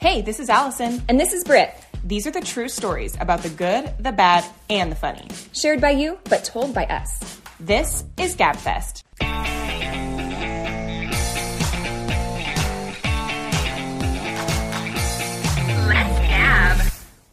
Hey, this is Allison. And this is Britt, These are the true stories about the good, the bad, and the funny. shared by you, but told by us. This is GabFest.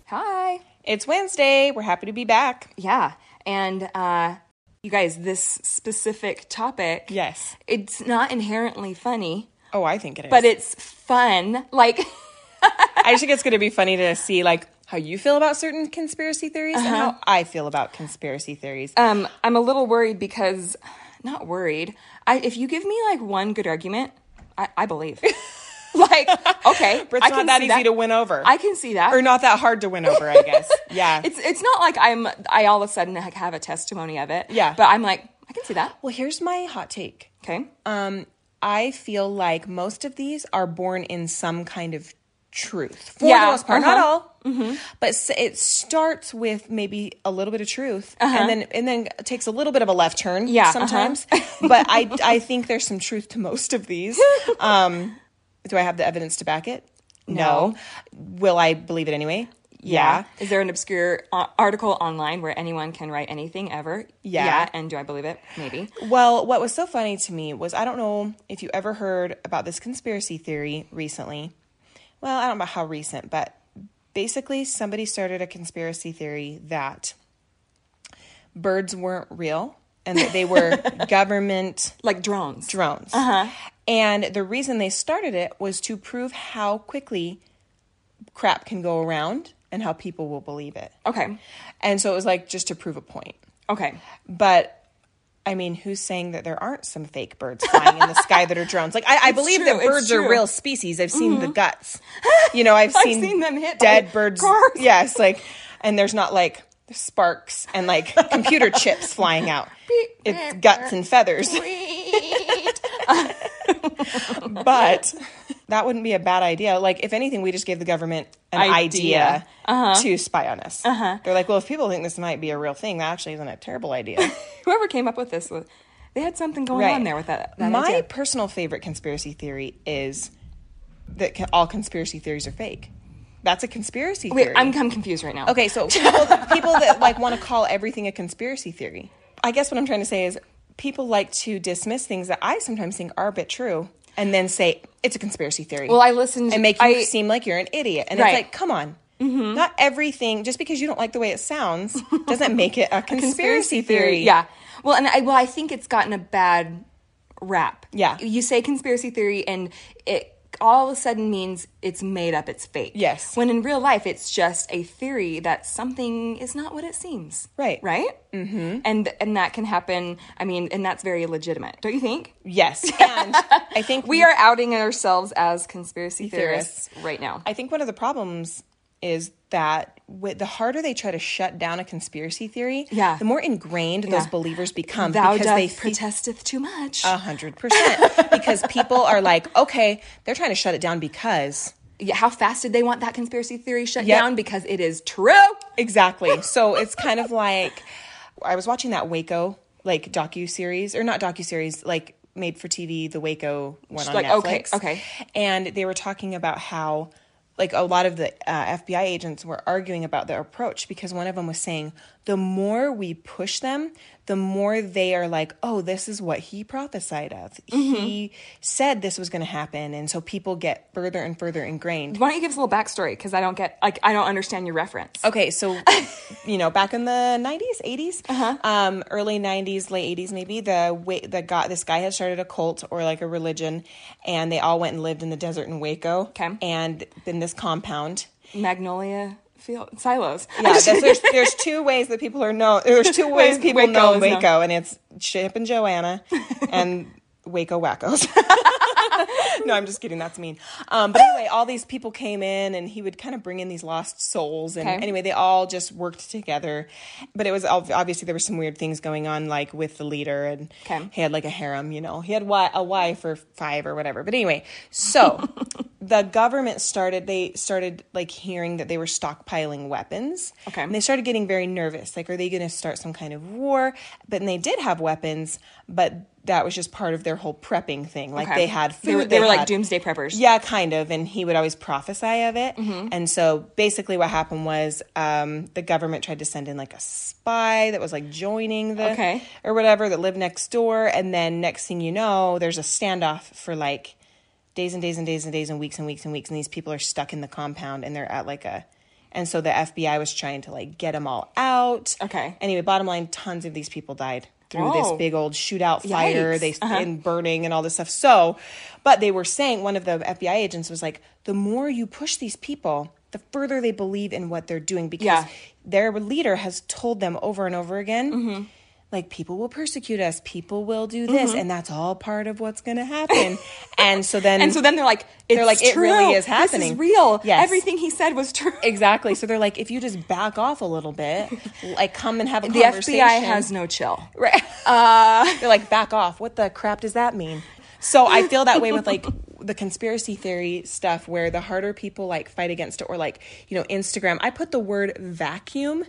Hi. It's Wednesday. We're happy to be back. Yeah. And uh, you guys, this specific topic. Yes. It's not inherently funny, Oh, I think it is. but it's fun. Like, I think it's going to be funny to see like how you feel about certain conspiracy theories and how I feel about conspiracy theories. um, I'm a little worried because, not worried. I, if you give me like one good argument, I, I believe. like, okay. Britt's I not can that see easy to win over. I can see that. or not that hard to win over, I guess. Yeah. It's it's not like I'm I all of a sudden like have a testimony of it. Yeah. But I'm like, I can see that. well, here's my hot take. Okay. Um, I feel like most of these are born in some kind of truth for Yeah, the most part, uh-huh. not all. But s- it starts with maybe a little bit of truth, and then and then takes a little bit of a left turn. Uh-huh. Yeah, uh-huh. sometimes. but I I think there's some truth to most of these. Um, do I have the evidence to back it? No. Will I believe it anyway? Yeah. Is there an obscure uh, article online where anyone can write anything ever? Yeah. And do I believe it? Maybe. Well, what was so funny to me was I don't know if you ever heard about this conspiracy theory recently. Well, I don't know how recent, but basically somebody started a conspiracy theory that birds weren't real and that they were government Like drones. drones. Uh-huh. And the reason they started it was to prove how quickly crap can go around and how people will believe it. okay. And so it was like just to prove a point. Okay. But I mean, who's saying that there aren't some fake birds flying in the sky that are drones? Like, I, I believe true, that it's birds are true. Mm-hmm. real species. I've seen the guts. You know, I've seen, seen them hit by dead birds. cars. Yes, like, and there's not like sparks and like computer chips flying out. It's guts and feathers. but that wouldn't be a bad idea. Like, if anything, we just gave the government an idea, Idea. Uh-huh. to spy on us. They're like, well, if people think this might be a real thing, that actually isn't a terrible idea. Whoever came up with this, was- they had something going on there with that. that My idea. personal favorite conspiracy theory is that ca- all conspiracy theories are fake. That's a conspiracy Wait, theory. I'm, I'm confused right now. okay, so people, people that like want to call everything a conspiracy theory. I guess what I'm trying to say is people like to dismiss things that I sometimes think are a bit true and then say it's a conspiracy theory. Well, I listened. and make you I- seem like you're an idiot. And Right. it's like, come on. Not everything, just because you don't like the way it sounds, doesn't make it a conspiracy theory. Yeah. Well, and I well, I think it's gotten a bad rap. Yeah. You say conspiracy theory, and it all of a sudden means it's made up, it's fake. Yes. When in real life, it's just a theory that something is not what it seems. Right. Right. Mm-hmm. And and that can happen. I mean, and that's very legitimate, don't you think? Yes. And I think We are outing ourselves as conspiracy Theorists. theorists, right now. I think one of the problems is that with the harder they try to shut down a conspiracy theory, Yeah. the more ingrained those Yeah. believers become Thou because doth they see Uh, protesteth too much. a hundred percent because people are like, okay, they're trying to shut it down because Yeah, How fast did they want that conspiracy theory shut Yep. down? Because it is true. exactly. So it's kind of like I was watching that Waco like docu series or not docu series like made for TV, the Waco one on like, okay, Netflix. okay. and they were talking about how like a lot of the uh, FBI agents were arguing about their approach because one of them was saying the more we push them, the more they are like, oh, this is what he prophesied of. Mm-hmm. He said this was going to happen, and so people get further and further ingrained. Why don't you give us a little backstory? Because I don't get, like, I don't understand your reference. Okay, so you know, back in the '90s, '80s, Uh-huh. um, early '90s, late '80s, maybe the way the guy, this guy had started a cult or like a religion, and they all went and lived in the desert in Waco, Okay. and in this compound. Magnolia field silos. Yeah, that's, there's, there's two ways that people are known. There's two ways people Waco know is Waco, known. and it's Chip and Joanna, and Waco Wackos. no, I'm just kidding. That's mean. Um, but anyway, all these people came in, and he would kind of bring in these lost souls. And Okay. anyway, they all just worked together. But it was ob- obviously there were some weird things going on, like with the leader, and Okay. he had like a harem. You know, he had wi- a wife or five or whatever. But anyway, so the government started they started like hearing that they were stockpiling weapons Okay. and they started getting very nervous like are they going to start some kind of war but and they did have weapons but that was just part of their whole prepping thing like Okay. they had food They were, they were like had- doomsday preppers. yeah, kind of. And he would always prophesy of it. Mm-hmm. And so basically, what happened was um, the government tried to send in like a spy that was like joining the Okay. or whatever that lived next door. And then next thing you know, there's a standoff for like days and days and days and days and weeks and weeks and weeks. And these people are stuck in the compound and they're at like a. And so the FBI was trying to like get them all out. Okay. Anyway, bottom line, tons of these people died through Whoa. this big old shootout fire. Yikes. They and burning and all this stuff. So, but they were saying one of the FBI agents was like, the more you push these people, the further they believe in what they're doing because Yeah. their leader has told them over and over again. Mm-hmm. Like people will persecute us, people will do this, and that's all part of what's going to happen. and so then, And so then they're like, it's like, "It true. really is This is happening." real. Yes. Everything he said was true. exactly. So they're like, if you just back off a little bit, like come and have a The conversation. FBI has no chill. Right. You're like, back off. What the crap does that mean? So I feel that way with like the conspiracy theory stuff where the harder people like fight against it or like, you know, Instagram. I put the word vacuum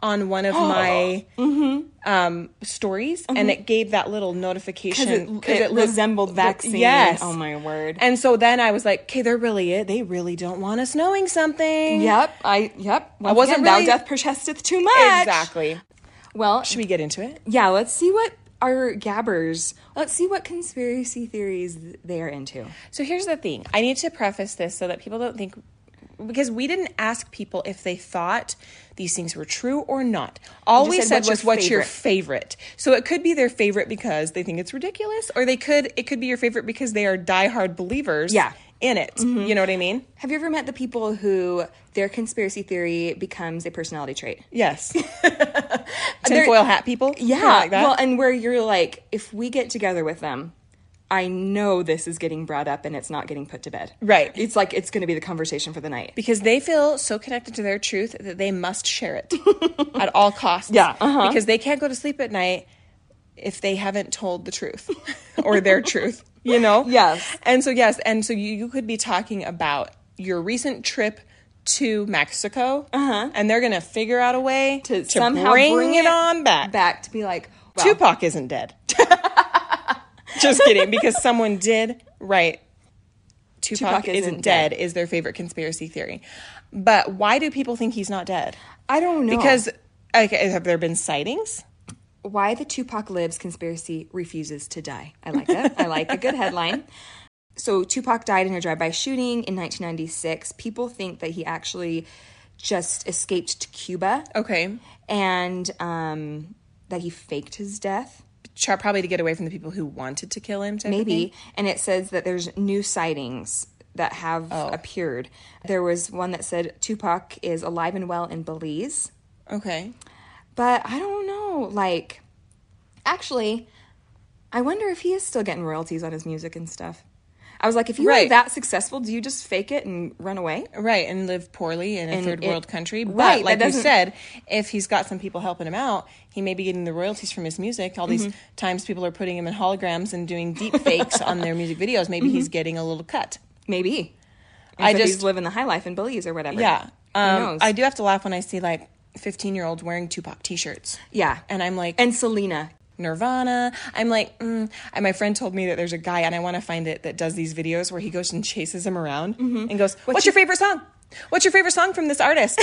on one of my Mm-hmm. um, stories and it gave that little notification Because Mm-hmm. it, it looked- resembled vaccine. Yes. Oh my word. And so then I was like, okay, they're really it. They really don't want us knowing something. yep. I yep. Once wasn't again, really- thou doth protesteth too much. Exactly. Well, Should we get into it? yeah. Let's see what our gabbers. Let's see what conspiracy theories they are into. So here's the thing. I need to preface this so that people don't think because we didn't ask people if they thought these things were true or not. All You we just said said, was "What's your what's your favorite. So it could be their favorite because they think it's ridiculous or they could it could be your favorite because they are diehard believers Yeah. in it. You know what I mean? Have you ever met the people who their conspiracy theory becomes a personality trait? Yes. Tinfoil hat people? Yeah. Kinda Like that. Well, and where you're like, if we get together with them, I know this is getting brought up and it's not getting put to bed. Right. It's like it's going to be the conversation for the night. because they feel so connected to their truth that they must share it at all costs. Yeah, uh-huh. Because they can't go to sleep at night if they haven't told the truth or their truth, you know? Yes. And so, yes. And so you, you could be talking about your recent trip to Mexico, uh-huh. and they're going to figure out a way To to, somehow bring, bring it, it on back. Back to be like, wow. Tupac isn't dead. Just kidding, because someone did write Tupac, Tupac isn't, isn't dead, is their favorite conspiracy theory. But why do people think he's not dead? I don't know. Because okay, have there been sightings? why the Tupac lives conspiracy refuses to die. I like that. I like a good headline. So Tupac died in a drive-by shooting in 1996. People think that he actually just escaped to Cuba Okay. and um, that he faked his death, Try- Probably to get away from the people who wanted to kill him. type of thing. maybe. And it says that there's new sightings that have Oh. appeared. There was one that said Tupac is alive and well in Belize. Okay. But I don't know. Like, actually, I wonder if he is still getting royalties on his music and stuff. I was like, if you are Right. that successful, do you just fake it and run away? Right, and live poorly in a And third it- world country. But right, that like you doesn't- said, if he's got some people helping him out, he may be getting the royalties from his music. All these Mm-hmm. times people are putting him in holograms and doing deep fakes on their music videos. Maybe he's Mm-hmm. getting a little cut. Maybe. I I just he's just- living the high life in Belize or whatever. Yeah. knows? Um, I do have to laugh when I see like 15 year olds wearing Tupac t shirts. yeah. And And, I'm like, Selena. Nirvana. I'm like, mm. and my friend told me that there's a guy, and I want to find it, that does these videos where he goes and chases him around Mm-hmm. and goes, What's, your favorite song? What's your favorite song from this artist?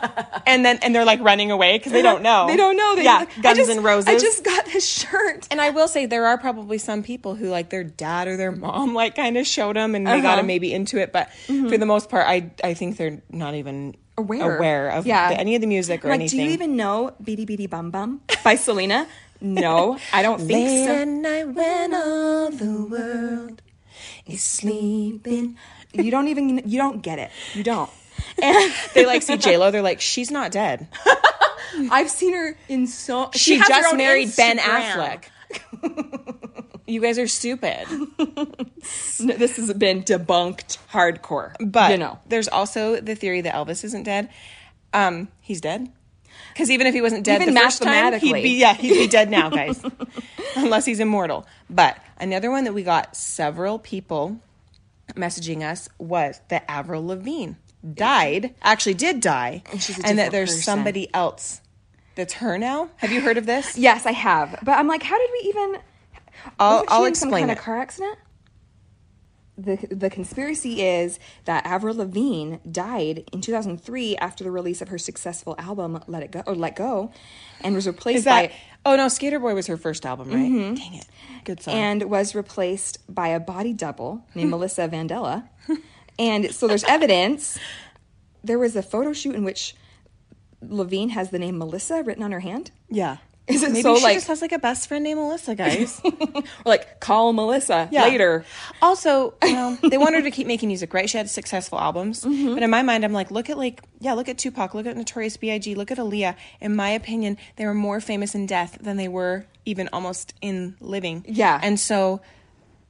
and then, and they're like running away because they don't know. They don't know. They Oh. yeah, just like, I Guns just- and Roses. I just got this shirt. And I will say there are probably some people who like their dad or their mom like kind of showed them and they got Uh-huh. them maybe into it, but for the most part, I I think they're not even Mm-hmm. Aware. of Yeah. the- any of the music or like, anything. do you even know Bidi Bidi Bum Bum by Selena? No, I don't think Late so. at night when all the world is sleeping. You don't even, you don't get it. You don't. And They like see J Lo. They're like, she's not dead. I've seen her in so. She, has her just own married Ben Instagram. Affleck. you guys are stupid. No, this has been debunked hardcore. But you know, there's also the theory that Elvis isn't dead. Um, he's dead. Because even if he wasn't dead Even the first time, he'd mathematically. be yeah, he'd be dead now, guys. Unless he's immortal. But another one that we got several people messaging us was that Avril Lavigne died, actually did die, And she's a that different there's person. somebody else that's her now. Have you heard of this? Yes, I have. But I'm like, how did we even? I'll- wasn't she I'll in some explain kind it. of car accident. The, the conspiracy is that Avril Lavigne died in 2003 after the release of her successful album Let It Go or Let Go, and was replaced Is that? by Oh no, Skater Boy was her first album, right? Mm-hmm. Dang it, good song. and was replaced by a body double named Melissa Vandella. And so there's evidence. There was a photo shoot in which Levine has the name Melissa written on her hand. yeah, Is it Maybe so, she like- just has like a best friend named Melissa, guys? Or like, call Melissa later. Also, you know, they want her to keep making music, right? She had successful albums. Mm-hmm. But in my mind, I'm like, look at like, yeah, look at Tupac, look at Notorious B.I.G., look at Aaliyah. In my opinion, they were more famous in death than they were even almost in living. Yeah. And so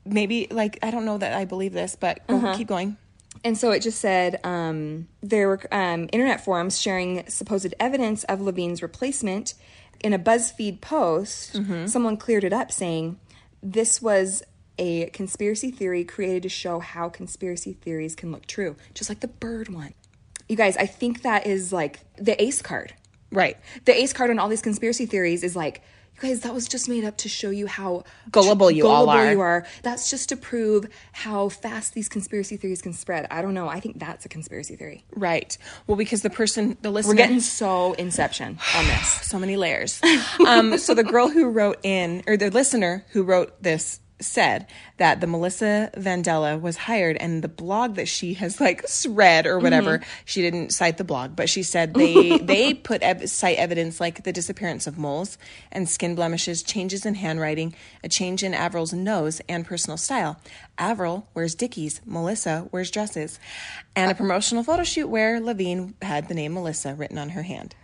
maybe like I don't know that I believe this, but go- Uh-huh. keep going. And so it just said um, there were um, internet forums sharing supposed evidence of Levine's replacement. In a BuzzFeed post, someone cleared it up saying this was a conspiracy theory created to show how conspiracy theories can look true, just like the bird one. You guys, I think that is like the ace card. Right. The ace card on all these conspiracy theories is like, you guys, that was just made up to show you how Gullible you all gullible are. you are. That's just to prove how fast these conspiracy theories can spread. I don't know. I think that's a conspiracy theory. Right. Well, because the person, the listener, We're getting so inception on this. so many layers. Um, so the girl who wrote in, or the listener who wrote this, said that the Melissa Vandella was hired, and the blog that she has like s- read or whatever, she didn't cite the blog, but she said they they put ev- cite evidence like the disappearance of moles and skin blemishes, changes in handwriting, a change in Avril's nose and personal style. Avril wears Dickies, Melissa wears dresses, and a promotional photo shoot where Levine had the name Melissa written on her hand.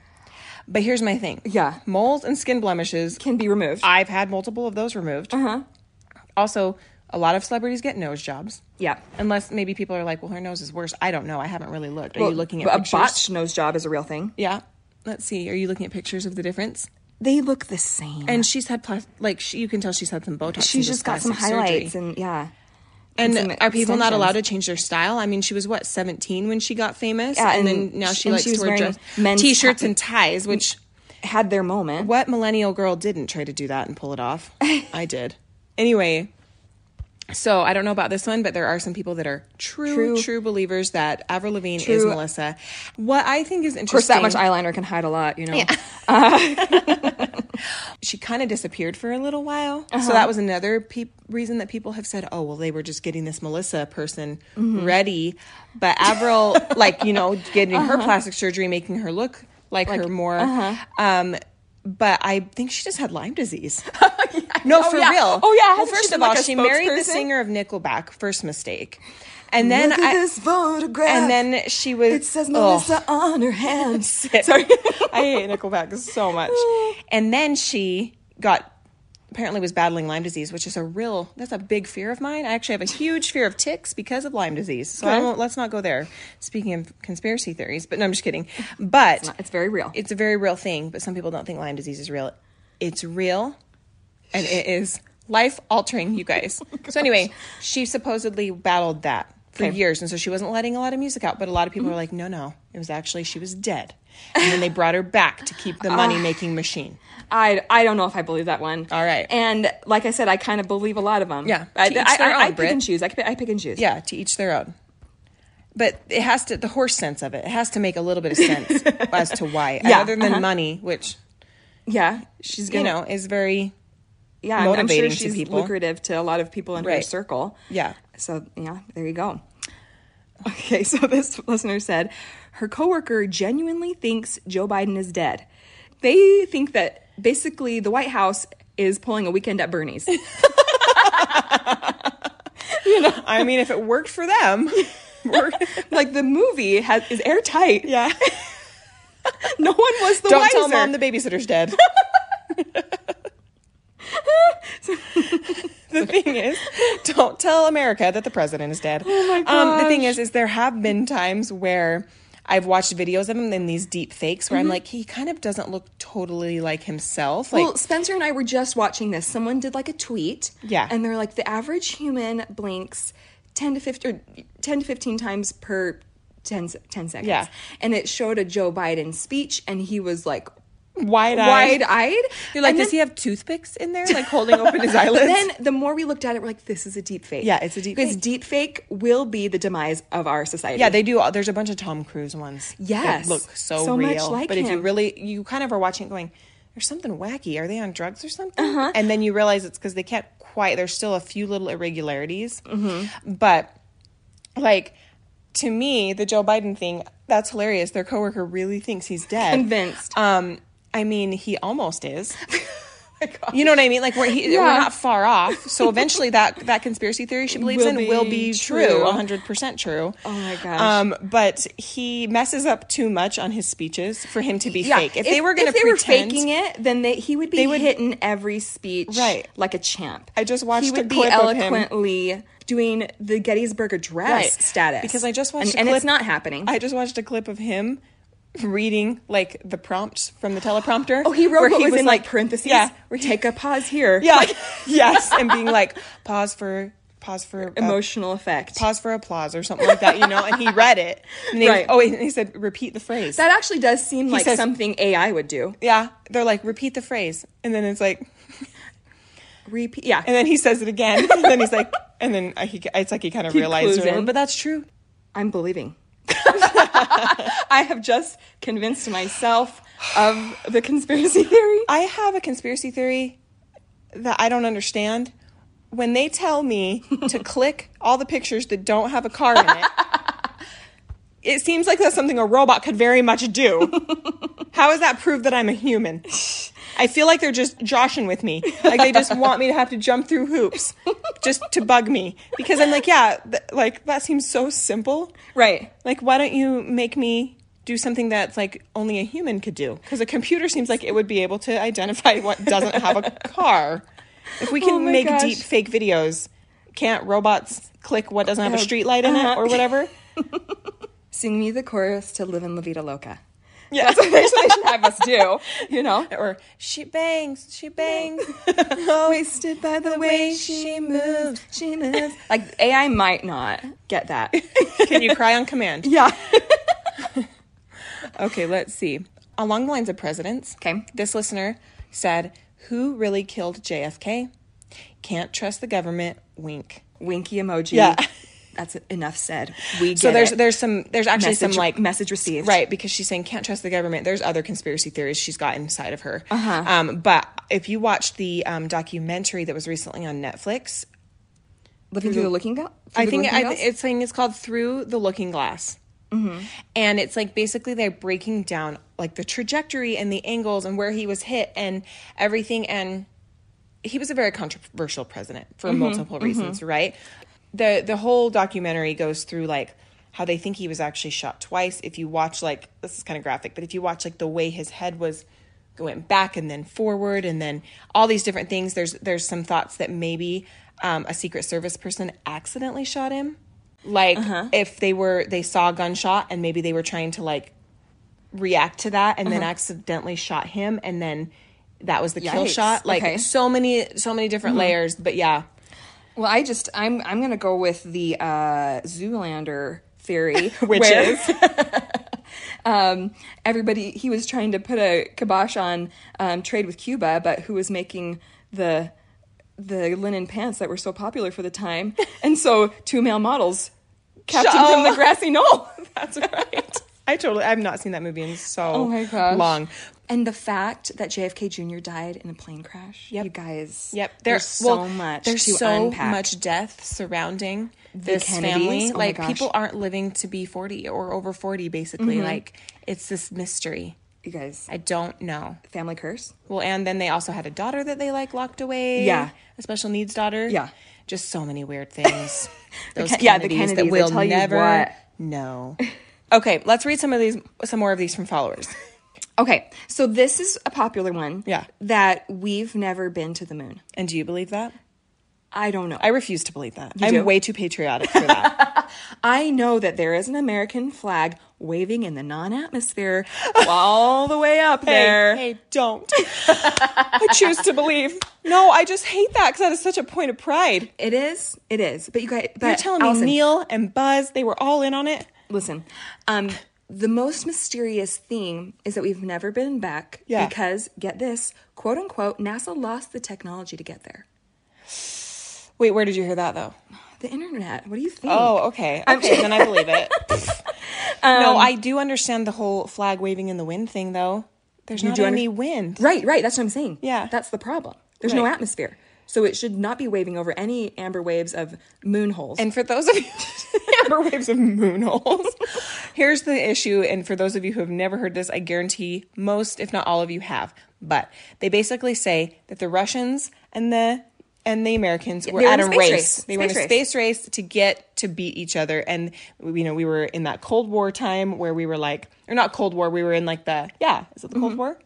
But here's my thing. Yeah. Moles and skin blemishes. Can be removed. I've had multiple of those removed. Uh-huh. Also, a lot of celebrities get nose jobs. Yeah. Unless maybe people are like, well, her nose is worse. I don't know. I haven't really looked. Are you looking at But pictures? a botched nose job is a real thing. Yeah. Let's see. Are you looking at pictures of the difference? They look the same. And she's had plas- like she, you can tell she's had some Botox. and she's just got some plastic surgery. highlights and yeah. And some are people not extensions. allowed to change their style? I mean, she was what seventeen when she got famous, Yeah, and, and then now sh- she and likes she was to wear wearing dress, men's t-shirts top- and ties, which Had their moment. What millennial girl didn't try to do that and pull it off? I did. Anyway, so I don't know about this one, but there are some people that are true, true, True. believers that Avril Lavigne is True. Melissa. What I think is Of course, interesting, that much eyeliner can hide a lot, you know? she kind of disappeared for a little while. So Uh-huh. that was another peop reason that people have said, oh, well, they were just getting this Melissa person Mm-hmm. ready. But Avril, like, you know, getting her Uh-huh. plastic surgery, making her look like, her more. Um, but I think she just had Lyme disease. No, Oh, for yeah. real. Oh, yeah. Well, Hasn't she first been, of all, like, a she married the spokesperson? singer of Nickelback. First mistake, and then Look at I, this photograph. and then she was. It says Ugh. Melissa on her hands. Sorry, I hate Nickelback so much. And then she got apparently was battling Lyme disease, which is a real that's a big fear of mine. I actually have a huge fear of ticks because of Lyme disease. So I Okay. won't, let's not go there. Speaking of conspiracy theories, but no, I'm just kidding. But It's not- it's very real. It's a very real thing, but some people don't think Lyme disease is real. It's real, and it is life altering, you guys. so anyway, she supposedly battled that for Oh Okay. Mm-hmm. years, and so she wasn't letting a lot of music out. But a lot of people were like, "No, no, it was actually she was dead," and then they brought her back to keep the Ah. money making machine. I, I don't know if I believe that one. All right. And like I said, I kind of believe a lot of them. Yeah. I, To each I, their I- own, I pick Brit. and choose. I, pick- I pick and choose. Yeah, to each their own. But it has to the horse sense of it. It has to make a little bit of sense as to why, Yeah, uh-huh. other than money, which Yeah. She's you going to. know is very yeah. I'm- motivating I'm to sure she's people. lucrative to a lot of people in her Right. circle. Yeah. So, yeah, there you go. Okay. So this listener said her coworker genuinely thinks Joe Biden is dead. They think that basically the White House is pulling a weekend at Bernie's. I mean, if it worked for them, work- like the movie has, is airtight. yeah. No one was the Don't wiser. tell mom the babysitter's dead. the thing is, don't tell America that the president is dead. Oh my the thing is, is there have been times where I've watched videos of him in these deep fakes Mm-hmm. where I'm like, he kind of doesn't look totally like himself. Like, well, Spencer and I were just watching this. Someone did like a tweet. Yeah. And they're like, the average human blinks 10 to 15 or 10 to 15 times per 10, se- 10 seconds. Yeah. And it showed a Joe Biden speech and he was like Wide eyed. wide eyed. You're like, does he have toothpicks in there, like holding open his eyelids? Then the more we looked at it, we're like, this is a deep fake. Yeah, it's a deep Because fake. deep fake will be the demise of our society. yeah, they do. all- There's a bunch of Tom Cruise ones. Yes. that look so, So real. much like but if you him. really, you kind of are watching, it going, "There's something wacky. Are they on drugs or something?" Uh-huh. And then you realize it's because they can't quite. There's still a few little irregularities, Mm-hmm. but like to me, the Joe Biden thing. That's hilarious. Their coworker really thinks he's dead. Convinced. Um, I mean, he almost is. Oh my God. You know what I mean? Like we're, he, we're Yeah. not far off. So eventually, that that conspiracy theory she believes Will in will be be true, true. hundred percent true. Oh my gosh. Um, but he messes up too much on his speeches for him to be Yeah, fake. If, they were going to if they were pretend, faking it, then they, he would be would- hitting every speech Right. like a champ. I just watched He a would be clip of him. eloquently doing the Gettysburg Address Right. status Because I just watched and, a and clip- it's not happening. I just watched a clip of him reading like the prompts from the teleprompter. oh, he wrote where what was, in like, parentheses. Yeah, where he- take a pause here. yeah, like, yes, and being like pause for pause for uh, emotional effect. pause for applause or something like that, you know. And he read it. And he, Right. Oh, and he said repeat the phrase. That actually does seem like says- something AI would do. yeah, they're like repeat the phrase, and then it's like. Repeat. Yeah. And then he says it again. and then he's like, and then I- he, it's like he kind of realized. clues it. in. But that's true. I'm believing. I have just convinced myself of the conspiracy theory. I have a conspiracy theory that I don't understand. When they tell me to click all the pictures that don't have a car in it, it seems like that's something a robot could very much do. How does that prove that I'm a human? I feel like they're just joshing with me. Like they just want me to have to jump through hoops just to bug me. Because I'm like, yeah, th- like that seems so simple. Right. Like, why don't you make me do something that's like only a human could do? Because a computer seems like it would be able to identify what doesn't have a car. If we can Oh my make gosh. deep fake videos, can't robots click what doesn't have a Oh, street light in it uh-huh. or whatever? Sing me the chorus to Live in La Vida Loca. Yeah. That's what they should, they should have us do, you know? or she bangs, she bangs. Wasted by the way she moves, she moves. Like, AI might not get that. can you cry on command? yeah. Okay, let's see. Along the lines of presidents, Okay. this listener said, Who really killed JFK? Can't trust the government, wink. Winky emoji. Yeah. That's enough said. We get So there's it. there's some there's actually message, some like message received. Right, because she's saying can't trust the government. There's other conspiracy theories she's got inside of her. Uh-huh. Um, but if you watched the um, documentary that was recently on Netflix, Living through the looking glass. I think I, th- it's saying it's called Through the Looking Glass. Mm-hmm. And it's like basically they're breaking down like the trajectory and the angles and where he was hit and everything. And he was a very controversial president for multiple reasons, right? The the whole documentary goes through like how they think he was actually shot twice. If you watch like this is kind of graphic, but if you watch like the way his head was going back and then forward and then all these different things, there's there's some thoughts that maybe um, a Secret Service person accidentally shot him. Like Uh-huh. if they were they saw a gunshot and maybe they were trying to like react to that and then Uh-huh. accidentally shot him and then that was the kill Yikes. shot like Okay. Uh-huh. so many so many different layers but yeah Well, I just I'm I'm gonna go with the uh, Zoolander theory, Which is um, everybody he was trying to put a kibosh on um, trade with Cuba, but who was making the the linen pants that were so popular for the time, and so two male models captured Shut from up. the grassy knoll. that's right i totally i've not seen that movie in so Oh my gosh. long And the fact that JFK Jr. died in a plane crash. Yep. You guys. yep There's so well, much. there's to so unpack. much death surrounding this Kennedys? family Oh my like gosh. Mm-hmm. people aren't living to be 40 or over 40 basically like it's this mystery You guys. i don't know Family curse. Well, and then they also had a daughter that they like locked away. Yeah. a special needs daughter. Yeah. just so many weird things. Those Ken- yeah, the that Kennedys, they we'll tell you never what. know. Okay, let's read some of these, some more of these from followers. Okay, so this is a popular one. Yeah. That we've never been to the moon. And do you believe that? I don't know. I I, refuse to believe that. I'm do? way too patriotic for that. know that there is an American flag waving in the non atmosphere all the way up there. Hey, hey, don't. I choose to believe. No, I just hate that because that is such a point of pride. It is, it is. But you guys, but You're telling me Allison, Neil and Buzz, they were all in on it? Listen, um, the most mysterious thing is that we've never been back Yeah. because, get this, quote unquote, NASA lost the technology to get there. Wait, where did you hear that though? The internet. What do you think? Um, Oh, okay. Okay, then I believe it. no, I do understand the whole flag waving in the wind thing though. There's not do under- any wind. Right, right. That's what I'm saying. Yeah. That's the problem. There's no Right. atmosphere. So it should not be waving over any amber waves of moon holes. And for those of you amber waves of moon holes, here's the issue. And for those of you who have never heard this, I guarantee most, if not all of you, have. But they basically say that the Russians and the and the Americans were they were at in a a space race. race. They were in a Space race. space race to get to beat each other. And you know, we were in that Cold War time where we were like, or not Cold War, we were in like the yeah, is it the Cold Mm-hmm. War?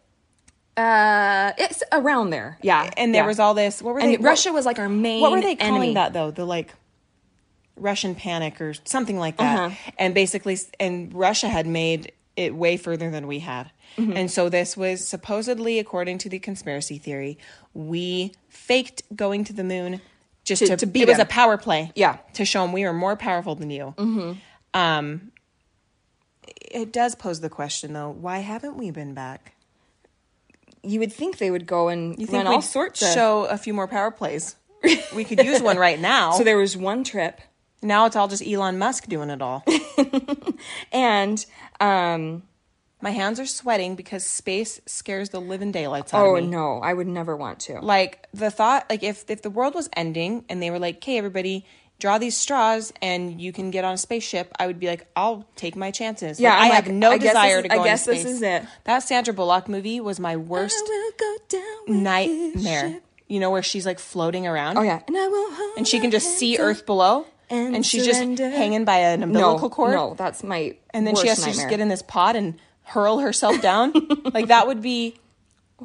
uh, it's around there. Yeah. And there yeah. was all this. What were And they? Russia what- was like our main. what were they calling enemy. that though? The like Russian panic or something like that. And basically, s- and Russia had made it way further than we had. And so this was supposedly, according to the conspiracy theory, we faked going to the moon just to, To- to beat it was a them. power play. Yeah. to show them we are more powerful than you. Um, it does pose the question though: Why haven't we been back? You would think they would go and You run we'd all sorts of. show a few more power plays? we could use one right now. So there was one trip, Now it's all just Elon Musk doing it all. and um, My hands are sweating because space scares the living daylights out oh of me. no, I would never want to. Like the thought, like if if the world was ending and they were like, "Okay, everybody, draw these straws and you can get on a spaceship," I would be like, "I'll take my chances." Yeah, Like, I'm I have like, no I guess this desire is- to go I guess into this space. is it. That Sandra Bullock movie was my I worst will go down with this nightmare. ship. You know where she's like floating around. Oh yeah, and I will. Hold And she my can just hand see to- Earth below, and and, she's just surrender. hanging by an umbilical no, cord. No, that's my. and then worst she has to nightmare. just get in this pod and hurl herself down. like that would be,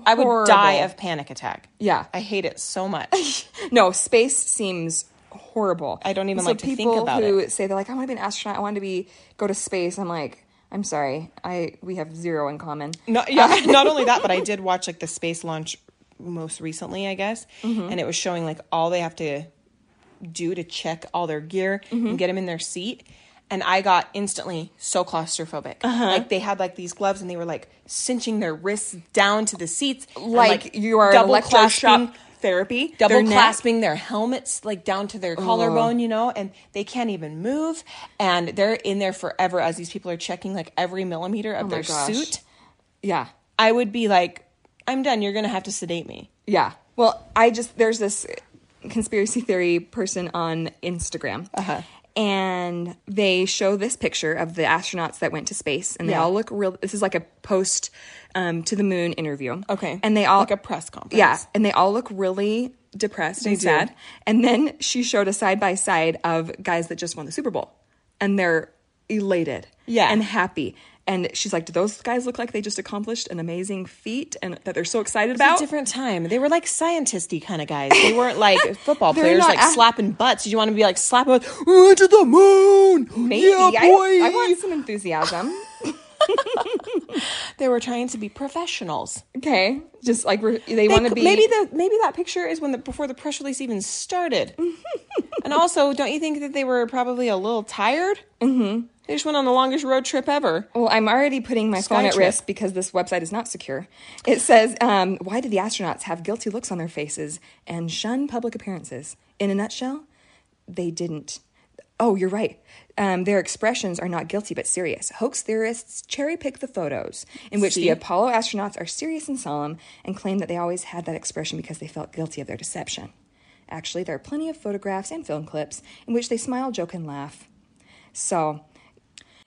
I would die Horrible. of panic attack. Yeah. I hate it so much. No, space seems horrible. I don't even And like to think people about who say they're like, I want to be an astronaut. I want to be go to space. I'm like, I'm sorry, I we have zero in common. No, yeah, not only that, but I did watch like the space launch most recently, I guess, Mm-hmm. and it was showing like all they have to do to check all their gear Mm-hmm. and get them in their seat. And I got instantly so claustrophobic. Uh-huh. Like they had like these gloves, and they were like cinching their wrists down to the seats, and, Like, you are double double clasping electroshock therapy. double Their neck- clasping their helmets like down to their collarbone, you know, and they can't even move. And they're in there forever as these people are checking like every millimeter of Oh my their gosh. suit. Yeah, I would be like, I'm done. You're going to have to sedate me. yeah. Well, I just there's this conspiracy theory person on Instagram. Uh-huh. And they show this picture of the astronauts that went to space, and they Yeah. all look real. This is like a post um, to the moon interview. Okay. and they all like a press conference. Yeah, and they all look really depressed and do. sad. And then she showed a side by side of guys that just won the Super Bowl, and they're elated, Yeah. and happy. And she's like, "Do those guys look like they just accomplished an amazing feat and that they're so excited It's a about?" different time. They were like scientisty kind of guys. They weren't like football They're players, not like ath- slapping butts. Did you want to be like slapping butts? "Ooh, to the moon. Maybe Yeah, I- boy. I, want some enthusiasm. they were trying to be professionals. okay, just like we're, they, want to could- be. maybe the maybe that picture is when the before the press release even started. and also, don't you think that they were probably a little tired? Mm-hmm. They just went on the longest road trip ever. Well, I'm already putting my phone at Skytrip. risk because this website is not secure. It says, um, Why do the astronauts have guilty looks on their faces and shun public appearances? In a nutshell, they didn't. Oh, you're right. Um, their expressions are not guilty but serious. Hoax theorists cherry pick the photos in which See? the Apollo astronauts are serious and solemn and claim that they always had that expression because they felt guilty of their deception. Actually, there are plenty of photographs and film clips in which they smile, joke, and laugh. So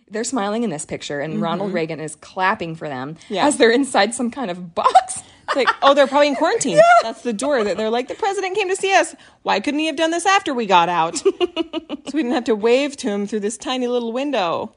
they're smiling in this picture, and Ronald Reagan is clapping for them Mm-hmm. Yeah. as they're inside some kind of box. It's like, oh, they're probably in quarantine. That's the door that they're like, the president came to see us. Why couldn't he have done this after we got out? so we didn't have to wave to him through this tiny little window.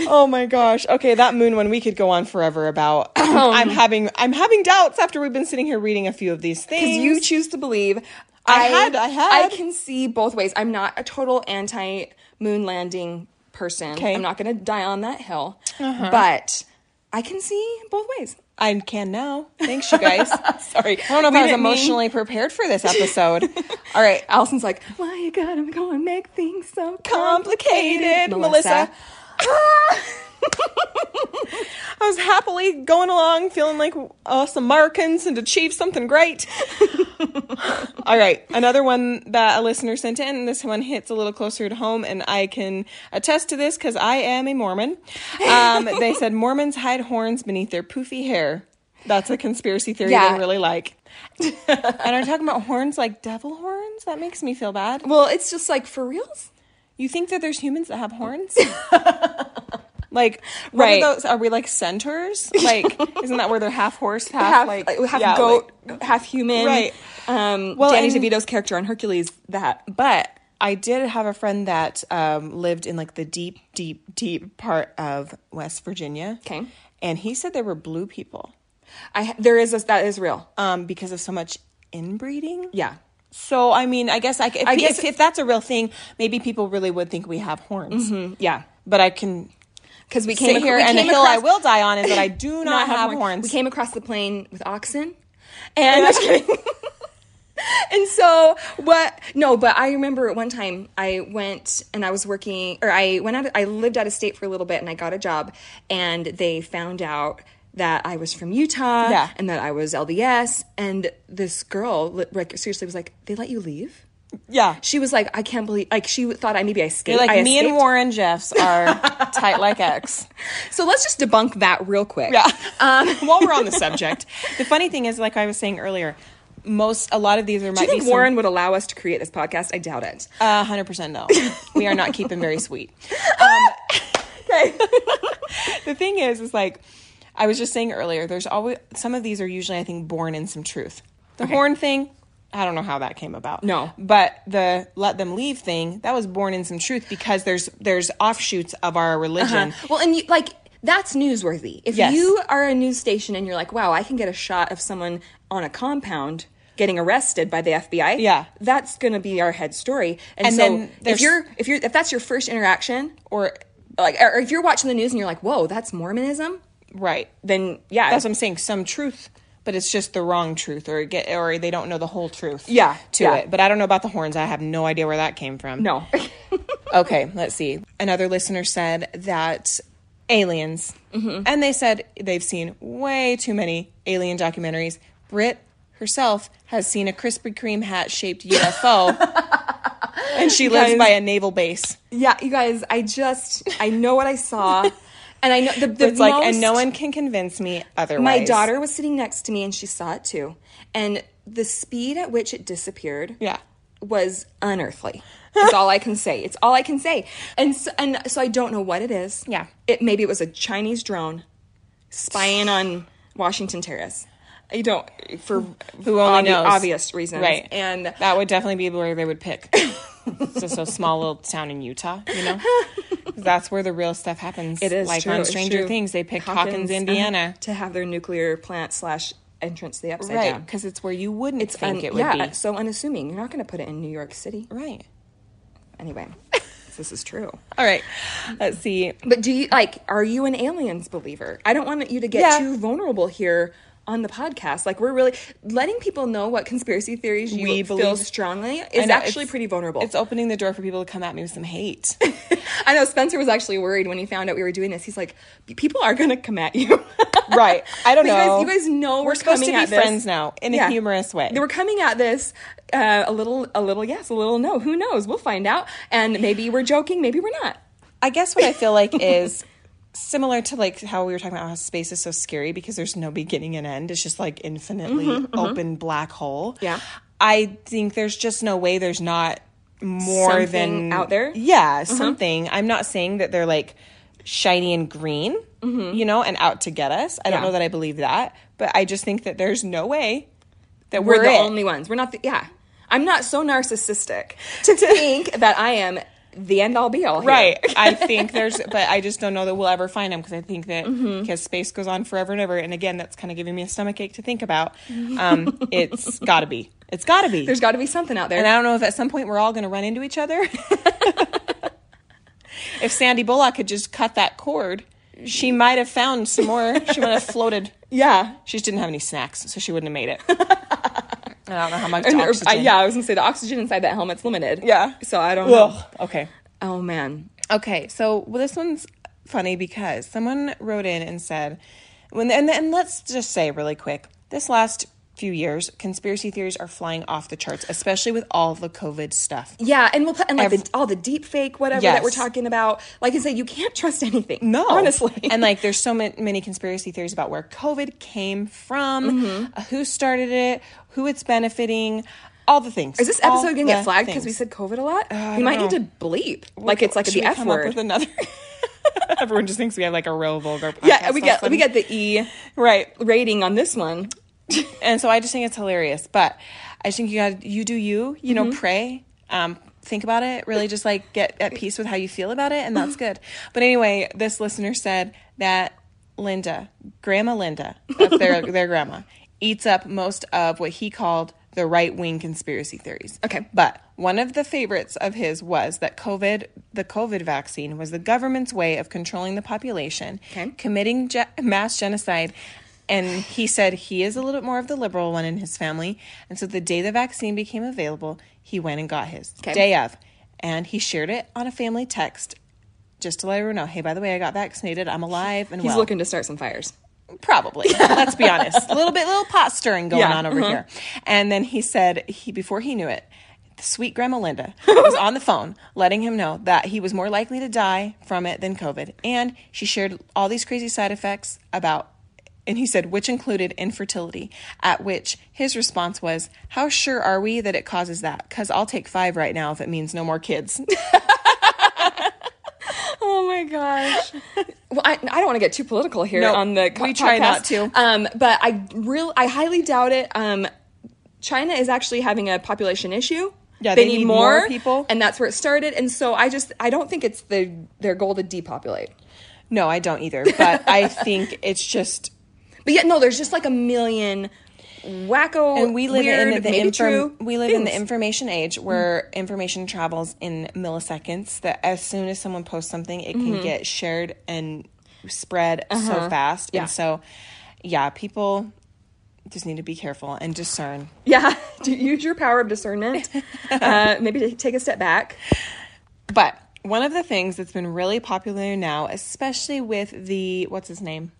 Oh my gosh. Okay, that moon one we could go on forever about. I'm having I'm having doubts after we've been sitting here reading a few of these Because things. you choose to believe. I had- I had. I can see both ways. I'm not a total anti moon landing person. Okay. Uh-huh. I'm not going to die on that hill. But I can see both ways. I can now. Thanks, you guys. Sorry. I don't know if We I was didn't mean- emotionally prepared for this episode. All right. Allison's like, why you gotta go and make things so Complicated, complicated, Melissa. I was happily going along, feeling like us Americans and achieved something great. All right, another one that a listener sent in. This one hits a little closer to home, and I can attest to this because I am a Mormon. Um, they said Mormons hide horns beneath their poofy hair. That's a conspiracy theory Yeah. they really like. and are talking about horns like devil horns? That makes me feel bad. Well, it's just like for reals. You think that there's humans that have horns? like, what Oh. Right. Are, those, are we like centaurs? Like, isn't that where they're half horse, half, Half, like, like, half yeah, goat, like- half human. Right. Um, Well, Danny and- DeVito's character on Hercules, that. but I did have a friend that um, lived in like the deep, deep, deep part of West Virginia. Okay. and he said there were blue people I there is a, that is real. um, because of so much inbreeding. Yeah. So I mean, I guess I, c- if, I guess- if, if that's a real thing, maybe people really would think we have horns. Mm, yeah. But I can Because we came sit ac- here, we and the came hill I across- will die on is that I do not, have, horn- horns. We came across the plane with oxen, and I'm just kidding. and so what? No, but I remember at one time I went and I was working, or I went out. I lived out of state for a little bit, and I got a job, and they found out that I was from Utah, Yeah. and that I was LDS, and this girl li- like seriously was like, "They let you leave." yeah, She was like, "I can't believe!" Like she thought I maybe I escaped. You're like I me and escaped." Warren Jeffs are tight like X. Um, So let's just debunk that real quick. Yeah. While we're on the subject, the funny thing is, like I was saying earlier, most a lot of these are might Do you think be some- Warren would allow us to create this podcast? I doubt it. Uh, 100% no. We are not keeping very sweet. Um, Okay. The thing is, is like I was just saying earlier. There's always some of these are usually I think born in some truth. The Okay. horn thing. I don't know how that came about. No. but the let them leave thing that was born in some truth because there's there's offshoots of our religion well, and you, like that's newsworthy. If Yes. you are a news station and you're like, "Wow, I can get a shot of someone on a compound getting arrested by the FBI," Yeah. that's going to be our head story. And, And so then if there's- you're if you're if that's your first interaction, or like, or if you're watching the news and you're like, "Whoa, that's Mormonism," right. then yeah, that's what I'm saying. Some truth, but it's just the wrong truth, or get, or they don't know the whole truth. Yeah, to yeah. it. But I don't know about the horns. I have no idea where that came from. no. okay, let's see. Another listener said that aliens, Mm-hmm. and they said they've seen way too many alien documentaries. Brit herself has seen a Krispy Kreme hat shaped UFO, and she lives Guys. by a naval base. yeah, you guys, I just I know what I saw, and I know the, the It's like, and no most- one can convince me otherwise. My daughter was sitting next to me and she saw it too. And the speed at which it disappeared Yeah. was unearthly. It's all I can say. It's all I can say. And so, and so I don't know what it is. Yeah. It maybe it was a Chinese drone spying on Washington Terrace. I don't for who only obvi- knows obvious reasons. right? And that would definitely be where they would pick. it's just a small little town in Utah, you know. 'Cause That's where the real stuff happens. it is like true, on it's Stranger true. Things, they picked Hawkins, uh-huh. Indiana, uh, to have their nuclear plant slash entrance to the upside right? down. Because it's where you wouldn't It's think un- it would yeah, be, so unassuming. You're not going to put it in New York City. right? Anyway, this is true. All right, let's see. But do you like? Are you an aliens believer? I don't want you to get Yeah. too vulnerable here on the podcast. Like we're really letting people know what conspiracy theories you We feel believe- strongly I is know, actually it's- pretty vulnerable. It's opening the door for people to come at me with some hate. I know Spencer was actually worried when he found out we were doing this. He's like, people are gonna come at you, right? I don't But you guys- know. you guys know we're supposed to coming be at this. friends now in a humorous way. They were coming at this uh, a little, a little yes, a little no. Who knows? We'll find out. And maybe we're joking. Maybe we're not. I guess what I feel like is similar to like how we were talking about how space is so scary because there's no beginning and end. It's just like infinitely open black hole. Mm-hmm, Yeah. I think there's just no way there's not more Something than out there? Mm-hmm. Yeah, something. I'm not saying that they're like shiny and green, you know, and out to get us. I don't Mm-hmm. Yeah. know that I believe that, but I just think that there's no way that we're, we're, the it. only ones. We're not the yeah. I'm not so narcissistic to think that I am the end all be all. here. Right. I think there's, but I just don't know that we'll ever find them because I think that Mm-hmm. because space goes on forever and ever. And again, that's kind of giving me a stomach ache to think about. Um, it's got to be. It's got to be. There's got to be something out there. and I don't know if at some point we're all going to run into each other. if Sandy Bullock had just cut that cord, she might have found some more. She might have floated. Yeah. She just didn't have any snacks, so she wouldn't have made it. I don't know how much And- or- oxygen. I- yeah, I was gonna say the oxygen inside that helmet's limited. Yeah. So I don't know. Ugh. Okay. Oh man. Okay, so well, this one's funny because someone wrote in and said, when and, and let's just say really quick, this last few years, conspiracy theories are flying off the charts, especially with all the COVID stuff. Yeah, and we'll put and like the, all the deep fake whatever that we're Yes. talking about. Like I said, you can't trust anything. honestly. honestly, and like there's so many, many conspiracy theories about where COVID came from, Mm-hmm. uh, who started it, who it's benefiting, all the things. Is this episode gonna get the flagged because we things. Uh, said COVID a lot? we might need don't to bleep. like it's like Should the we F come word. Up with another. Everyone just thinks we have like a real vulgar. Podcast yeah, we all get of a we sudden. get the E right. rating on this one. and so I just think it's hilarious. But I think you got you do you. You know, pray. Um, think about it. Really, just like get at peace with how you feel about it, and that's good. But anyway, this listener said that Linda, Grandma Linda, that's their their grandma, eats up most of what he called the right wing conspiracy theories. Okay. But one of the favorites of his was that COVID, the COVID vaccine, was the government's way of controlling the population, Okay. committing ge- mass genocide. And he said he is a little bit more of the liberal one in his family. And so the day the vaccine became available, he went and got his Okay. day of. And he shared it on a family text just to let everyone know hey, by the way, I got vaccinated. I'm alive and He's well. looking to start some fires. Probably. Let's be honest. A little bit, little pot stirring going Yeah, on over here. And then he said he before he knew it, the sweet grandma Linda was on the phone letting him know that he was more likely to die from it than COVID. And she shared all these crazy side effects about and he said which included infertility at which his response was how sure are we that it causes that cuz I'll take 5 right now if it means no more kids. Oh my gosh. well, I, I don't want to get too political here No, on the co- we try not podcast. to. Um, but I real I highly doubt it. Um, China is actually having a population issue. Yeah, they need more people. and that's where it started. And so I just I don't think it's the their goal to depopulate. no, I don't either, but I think it's just But yet, no, there's just like a million wacko and we live weird, in the maybe inform- true Mm. we live in the things. information age where information travels in milliseconds that as soon as someone posts something it Mm-hmm. can get shared and spread so fast Uh-huh. Yeah. and so yeah people just need to be careful and discern yeah. Do use your power of discernment. uh, maybe t- take a step back. but one of the things that's been really popular now especially with the what's his name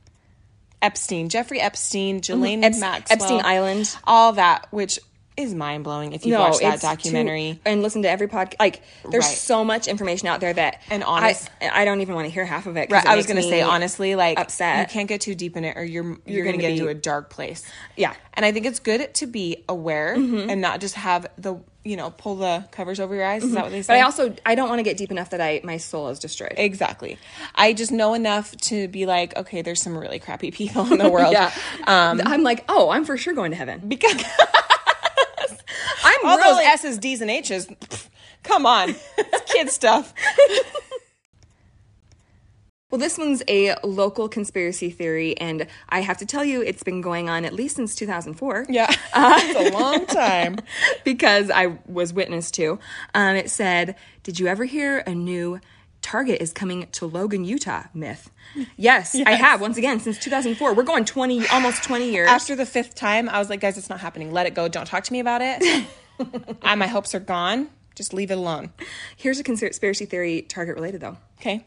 Epstein, Jeffrey Epstein, Ghislaine Eps- Maxwell, Mm-hmm. Epstein Island. all that, which is mind blowing if you No, watch that it's too- documentary. and listen to every podcast. Like, there's Right. so much information out there that And honest- I, I don't even want to hear half of it. 'cause Right, it I was makes gonna say me- honestly, like upset. you can't get too deep in it, or you're you're, gonna, gonna get be- into a dark place. Yeah. and I think it's good to be aware and not just have the you know pull the covers over your eyes. Is that what they But say? I also I don't want to get deep enough that I my soul is destroyed. exactly. I just know enough to be like, okay, there's some really crappy people in the world. Um, yeah, I'm like, oh, I'm for sure going to heaven. because I'm all really, those e- S's, D's, and H's. pff, Come on, it's kid stuff. Well, this one's a local conspiracy theory, and I have to tell you, it's been going on at least since 2004. Yeah, it's a long time. because I was witness to. Um, it said, Did you ever hear a new Target is coming to Logan, Utah myth? Yes, I have. Once again, since 2004. We're going 20, almost 20 years. After the fifth time, I was like, guys, it's not happening. Let it go. Don't talk to me about it. I, my hopes are gone. Just leave it alone. Here's a conspiracy theory Target related, though. Okay.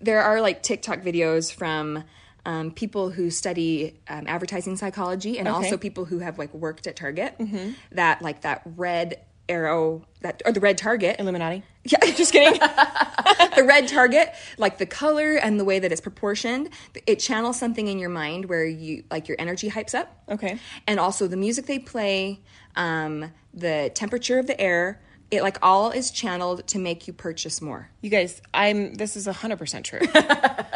There are like TikTok videos from. Um, people who study um, advertising psychology and also people who have like worked at Target that like that red arrow that or the red target Illuminati. Yeah, just kidding. the red target, like the color and the way that it's proportioned, it channels something in your mind where you like your energy hypes up. Okay. And also the music they play, um, the temperature of the air, it like all is channeled to make you purchase more. You guys, I'm this is 100% true.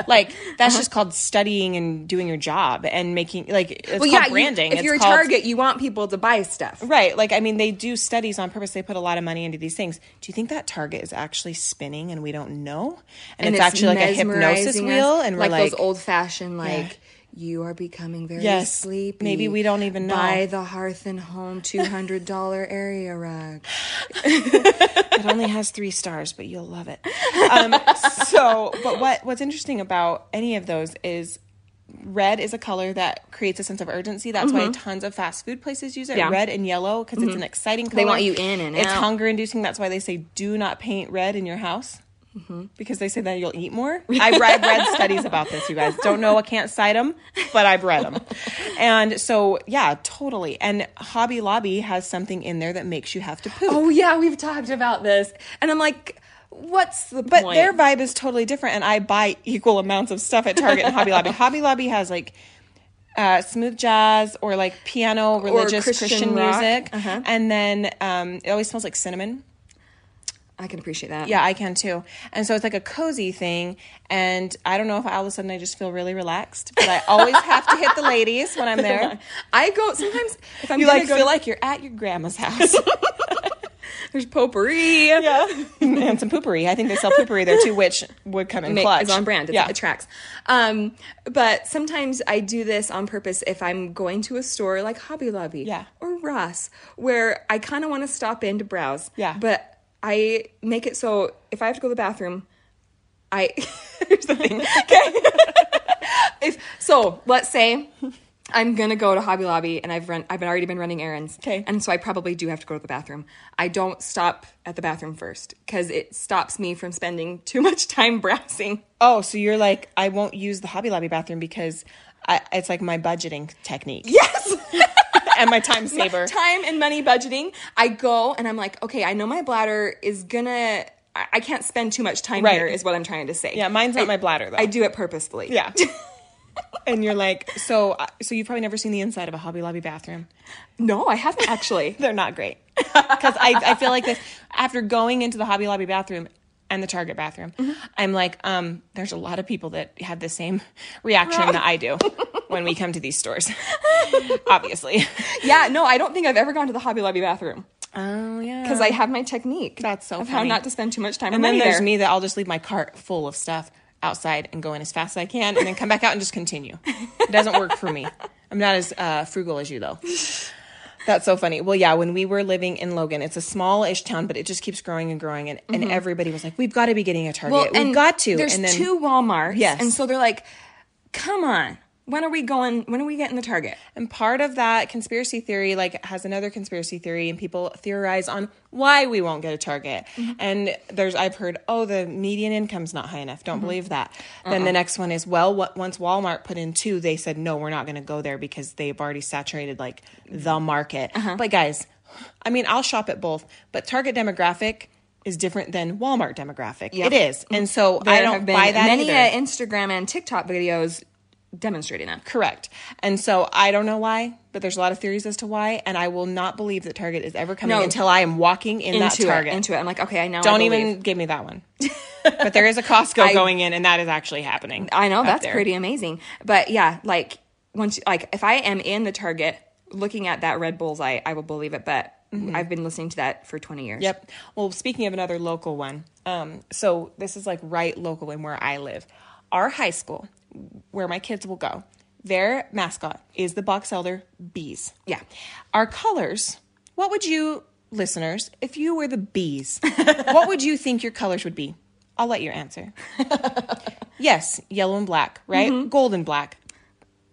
like that's Uh-huh. just called studying and doing your job and making like it's called you- branding. if It's you're a called- target, you want people to buy stuff. Right. Like I mean they do studies on purpose. They put a lot of money into these things. Do you think that target is actually spinning and we don't know? And, it's, actually like a hypnosis mesmerizing us, wheel and we're like like, those old fashioned like You are becoming very Yes. sleepy. Maybe we don't even know. Buy the Hearth and Home $200 area rug. It only has three stars, but you'll love it. Um, so, but what what's interesting about any of those is red is a color that creates a sense of urgency. That's why tons of fast food places use it. Mm-hmm. Yeah. Mm-hmm. Red and yellow because it's an exciting color. They want you in and It's out. hunger inducing. That's why they say do not paint red in your house. Mm-hmm. Because they say that you'll eat more. I've, I've read studies about this, you guys. Don't know, I can't cite them, but I've read them. And so, yeah, totally. And Hobby Lobby has something in there that makes you have to poop. Oh, yeah, we've talked about this. And I'm like, what's the But point? their vibe is totally different, and I buy equal amounts of stuff at Target and Hobby Lobby. Hobby Lobby has like uh, smooth jazz or like piano, religious Christian Christian, rock. music, Uh-huh. and then um, it always smells like cinnamon. I can appreciate that. Yeah, I can too. And so it's like a cozy thing, and I don't know if all of a sudden I just feel really relaxed, but I always have to hit the ladies when I'm there. I go sometimes if I'm You gonna like go feel like you're at your grandma's house. there's potpourri. yeah, and some poopery. I think they sell poopery there too, which would come in Make- clutch. is on brand. It's, Yeah. It tracks. Um, but sometimes I do this on purpose if I'm going to a store like Hobby Lobby Yeah. or Ross, where I kind of want to stop in to browse. Yeah. But I make it so if I have to go to the bathroom, I here's the thing. Okay. if so, let's say. I'm gonna go to Hobby Lobby, and I've run. I've already been running errands, 'Kay. and so I probably do have to go to the bathroom. I don't stop at the bathroom first because it stops me from spending too much time browsing. Oh, so you're like, I won't use the Hobby Lobby bathroom because I, it's like my budgeting technique Yes. and my time saver. Time and money budgeting. I go and I'm like, okay, I know my bladder is gonna. I I can't spend too much time Right. here, is what I'm trying to say. Yeah, mine's not I- my bladder though. I do it purposefully. yeah. and you're like, so uh, so you've probably never seen the inside of a Hobby Lobby bathroom. No, I haven't actually. They're not great because I, I feel like this after going into the Hobby Lobby bathroom. And the Target bathroom. I'm like, um, there's a lot of people that have the same reaction that I do when we come to these stores. Obviously. yeah, no, I don't think I've ever gone to the Hobby Lobby bathroom Oh yeah. because I have my technique. That's so of how funny. not to spend too much time. And then money there's there. me that I'll just leave my cart full of stuff outside and go in as fast as I can and then come back out and just continue. It doesn't work for me. I'm not as uh, frugal as you, though. That's so funny. Well, yeah, when we were living in Logan, it's a small ish town, but it just keeps growing and growing. And, and everybody was like, we've got to be getting a Target. we've Mm-hmm. and got to. There's And then, two WalMarts. Yes. and so they're like, come on. When are we going? When are we getting the Target? and part of that conspiracy theory, like, has another conspiracy theory, and people theorize on why we won't get a Target. Mm-hmm. And there's, I've heard, oh, the median income's not high enough. Mm-hmm. Don't believe that. Uh-uh. Then the next one is, well, what, once Walmart put in two, they said, no, we're not going to go there because they've already saturated, like, the market. Uh-huh. But guys, I mean, I'll shop at both, but Target demographic is different than Walmart demographic. It is. And so I Mm-hmm. There don't have been buy that many either. Uh, Instagram and TikTok videos demonstrating that. Correct. And so I don't know why, but there's a lot of theories as to why, and I will not believe that Target is ever coming No. until I am walking in that into Target. it. Into it. I'm like, okay, I know. don't I believe. even give me that one. but there is a Costco going in, and that is actually happening. I know up that's there. pretty amazing. But yeah, like once, like if I am in the Target looking at that red bullseye, I will believe it. But Mm-hmm. I've been listening to that for 20 years. Yep. Well, speaking of another local one, um, so this is like right local in where I live. Our high school, where my kids will go, their mascot is the box elder bees. Yeah. Our colors, what would you, listeners, if you were the bees, what would you think your colors would be? I'll let you answer. yes, yellow and black, right? Mm-hmm. Gold and black.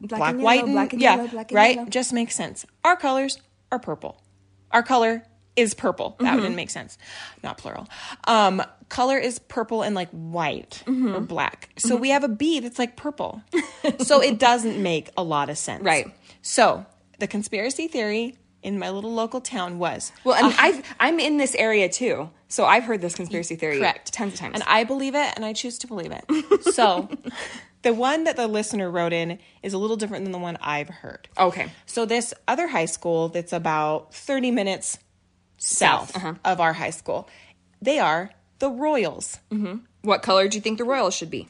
Black, Black, and yellow, white, and, black and yeah, yellow, black and right? yellow. Just makes sense. Our colors are purple. Our color is purple. Mm-hmm. That didn't make sense. Not plural. Um, color is purple and like white Mm-hmm. or black. So we have a bee that's like purple. so it doesn't make a lot of sense. Right. So the conspiracy theory in my little local town was Well, and I've, I'm in this area too. So I've heard this conspiracy theory Correct. tons of times. And I believe it and I choose to believe it. so the one that the listener wrote in is a little different than the one I've heard. Okay. So this other high school that's about 30 minutes south, uh-huh. of our high school, they are the Royals. What color do you think the Royals should be?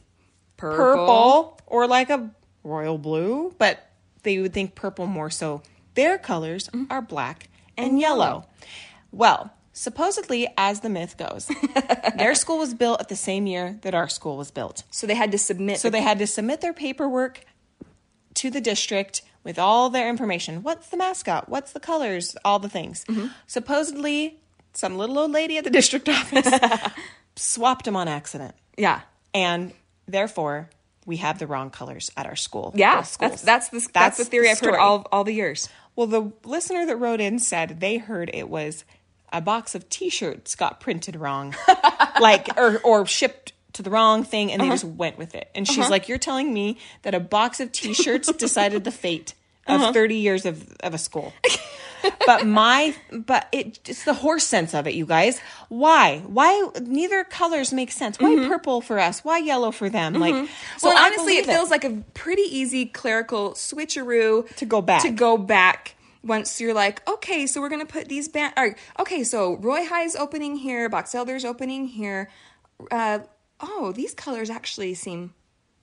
Purple. Purple or like a royal blue, but they would think purple more so. Their colors are black Mm-hmm. and, yellow. Well, supposedly, as the myth goes, their school was built at the same year that our school was built. So they had to submit. So they had to submit their paperwork to the district with all their information. What's the mascot? What's the colors? All the things. Mm-hmm. Supposedly, some little old lady at the district office swapped them on accident. Yeah. And therefore, we have the wrong colors at our school. Yeah. both schools. That's that's the, that's the theory I've heard story. all all the years. Well, the listener that wrote in said they heard it was a box of T-shirts got printed wrong, like or or shipped to the wrong thing, and they Uh-huh. just went with it. And she's like, "You're telling me that a box of T-shirts decided the fate of Uh-huh. 30 years of of a school." but my but it it's the horse sense of it, you guys. Why? Why neither colors make sense? Why purple for us? Why yellow for them? Like, so Mm-hmm. well, I honestly, it believe feels like a pretty easy clerical switcheroo To go back. To go back once you're like, okay, so we're gonna put these band. Or, okay, so Roy High's opening here, Box Elder's opening here. Uh, oh, these colors actually seem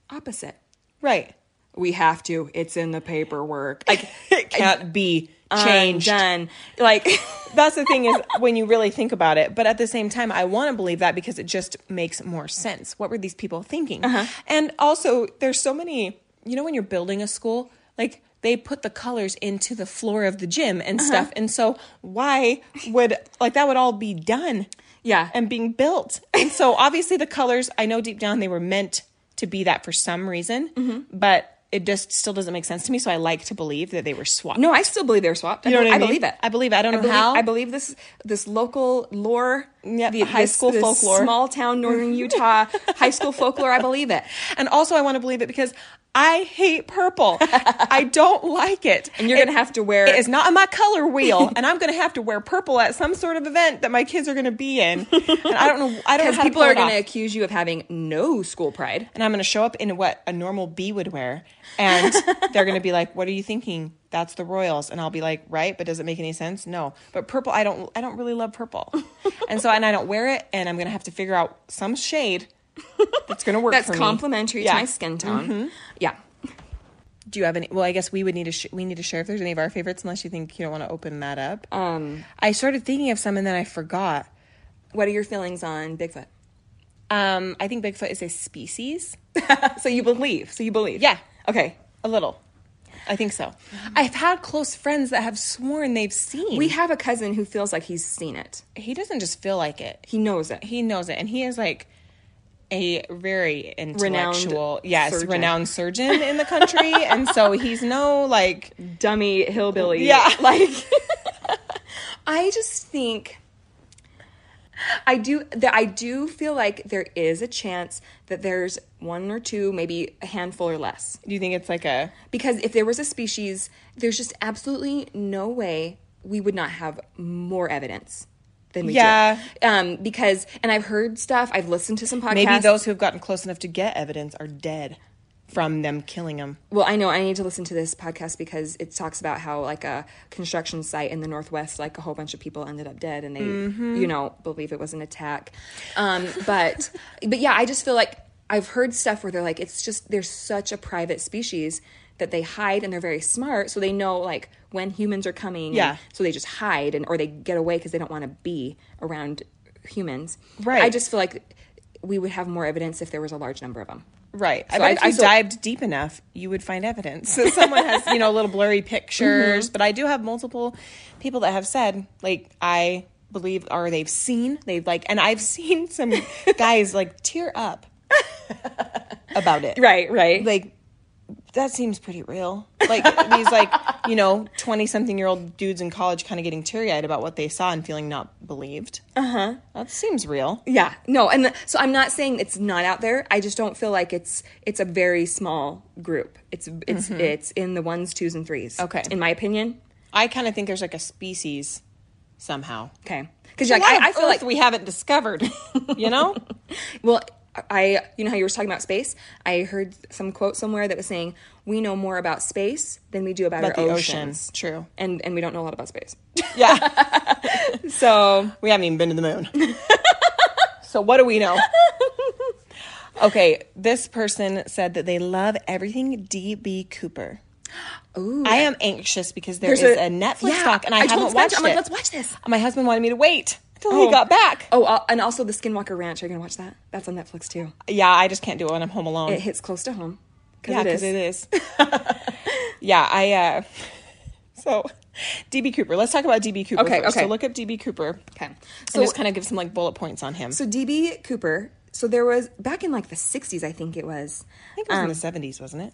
opposite. right. We have to. It's in the paperwork. Like It can't be changed. done. Like That's the thing is when you really think about it. But at the same time, I want to believe that because it just makes more sense. What were these people thinking? And also, there's so many, you know, when you're building a school, like they put the colors into the floor of the gym and stuff. And so, why would, like, that would all be done yeah, and being built? And so, obviously, the colors, I know deep down they were meant to be that for some reason, but it just still doesn't make sense to me. So, I like to believe that they were swapped. no, I still believe they're swapped. You know what I, mean? believe it. I believe it. I don't know believe- how. I believe this this local lore, Yep, the high this- school this folklore. small town northern Utah high school folklore. I believe it. And also, I want to believe it because I hate purple. I don't like it. And you're It- gonna have to wear. It is not on my color wheel, and I'm going to have to wear purple at some sort of event that my kids are going to be in. And I don't know. I don't know because how people to pull are it going to off. accuse you of having no school pride. And I'm going to show up in what a normal bee would wear, and they're going to be like, "What are you thinking? That's the Royals." And I'll be like, "Right, but does it make any sense? No. But purple, I don't. I don't really love purple, and so and I don't wear it, and I'm going to have to figure out some shade that's going to work. That's for me. complimentary Yeah. Mm-hmm. to my skin tone. Yeah. Do you have any? Well, I guess we would need to sh- we need to share if there's any of our favorites, unless you think you don't want to open that up. Um, I started thinking of some and then I forgot. what are your feelings on Bigfoot? Um, I think Bigfoot is a species. so you believe. So you believe. Yeah. Okay. A little, I think so. I've had close friends that have sworn they've seen. We have a cousin who feels like he's seen it. he doesn't just feel like it. He knows it. He knows it, and he is like a very Renowned intellectual, yes, surgeon. renowned surgeon in the country, and so he's no like dummy hillbilly. Yeah. Like, I just think. I do that I do feel like there is a chance that there's one or two, maybe a handful or less. Do you think it's like a Because if there was a species, there's just absolutely no way we would not have more evidence than we Yeah. do. Um because and I've heard stuff, I've listened to some podcasts. maybe those who have gotten close enough to get evidence are dead from them killing them. Well, I know I need to listen to this podcast because it talks about how like a construction site in the northwest, like a whole bunch of people ended up dead, and they, you know, believe it was an attack. Um, but but yeah, I just feel like I've heard stuff where they're like, it's just they're such a private species that they hide, and they're very smart, so they know like when humans are coming. and Yeah. So they just hide, and or they get away because they don't want to be around humans. Right. I just feel like we would have more evidence if there was a large number of them. Right. I So bet I- if I you still- dived deep enough, you would find evidence. So someone has, you know, little blurry pictures, but I do have multiple people that have said, like, I believe, or they've seen, they've like, and I've seen some guys like tear up about it. Right. Right. Like, that seems pretty real. Like these, like you know, twenty-something-year-old dudes in college, kind of getting teary-eyed about what they saw and feeling not believed. Uh huh. That seems real. Yeah, no, and the, so I'm not saying it's not out there. I just don't feel like it's it's a very small group. It's it's it's in the ones, twos, and threes. Mm-hmm. Okay. in my opinion. I kind of think there's like a species somehow. Okay, because like, like I, I feel like Earth we haven't discovered, you know? well, I you know how you were talking about space. I heard some quote somewhere that was saying we know more about space than we do about, But our the ocean, oceans. true. and and we don't know a lot about space. Yeah. So we haven't even been to the moon. so what do we know? Okay, this person said that they love everything DB Cooper. Ooh. I am anxious because there There's is a- a, Netflix Yeah, doc and I, I told haven't Spencer, watched I'm like, it. "Let's watch this." My husband wanted me to wait until Oh. he got back. oh, uh, and also the Skinwalker Ranch. Are you gonna watch that? That's on Netflix too. Yeah, I just can't do it when I'm home alone. It hits close to home. yeah, because it is. yeah, I uh so DB Cooper. Let's talk about DB Cooper. Okay, first. okay. So look up DB Cooper. Okay. and So just kind of give some like bullet points on him. so DB Cooper. So there was back in like the 60s, I think it was. I think it was in the seventies, wasn't it?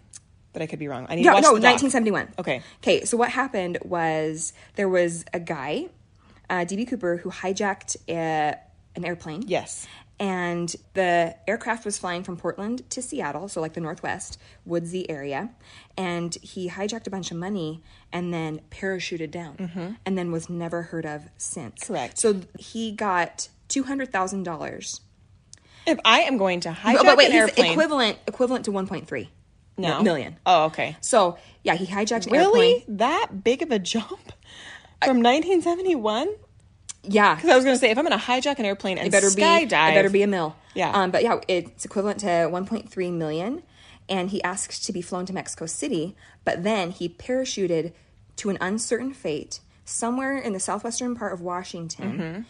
But I could be wrong. I need Yeah, to watch no, the doc. 1971. Okay. Okay, so what happened was there was a guy, uh, D.B. Cooper, who hijacked uh an airplane. Yes. And the aircraft was flying from Portland to Seattle, so like the Northwest, woodsy area. And he hijacked a bunch of money and then parachuted down and then was never heard of since. Mm-hmm. Correct. So he got $200,000. If I am going to hijack Oh, but wait, an he's airplane, equivalent, equivalent to 1.3 no million. Oh, okay. So yeah, he hijacked an Really, airplane. that big of a jump from 1971? Yeah, Because I was going to say, if I'm going to hijack an airplane and it better be skydive, it better be a mill. Yeah. Um, but yeah, it's equivalent to 1.3 million, and he asked to be flown to Mexico City, but then he parachuted to an uncertain fate somewhere in the southwestern part of Washington, Mm-hmm.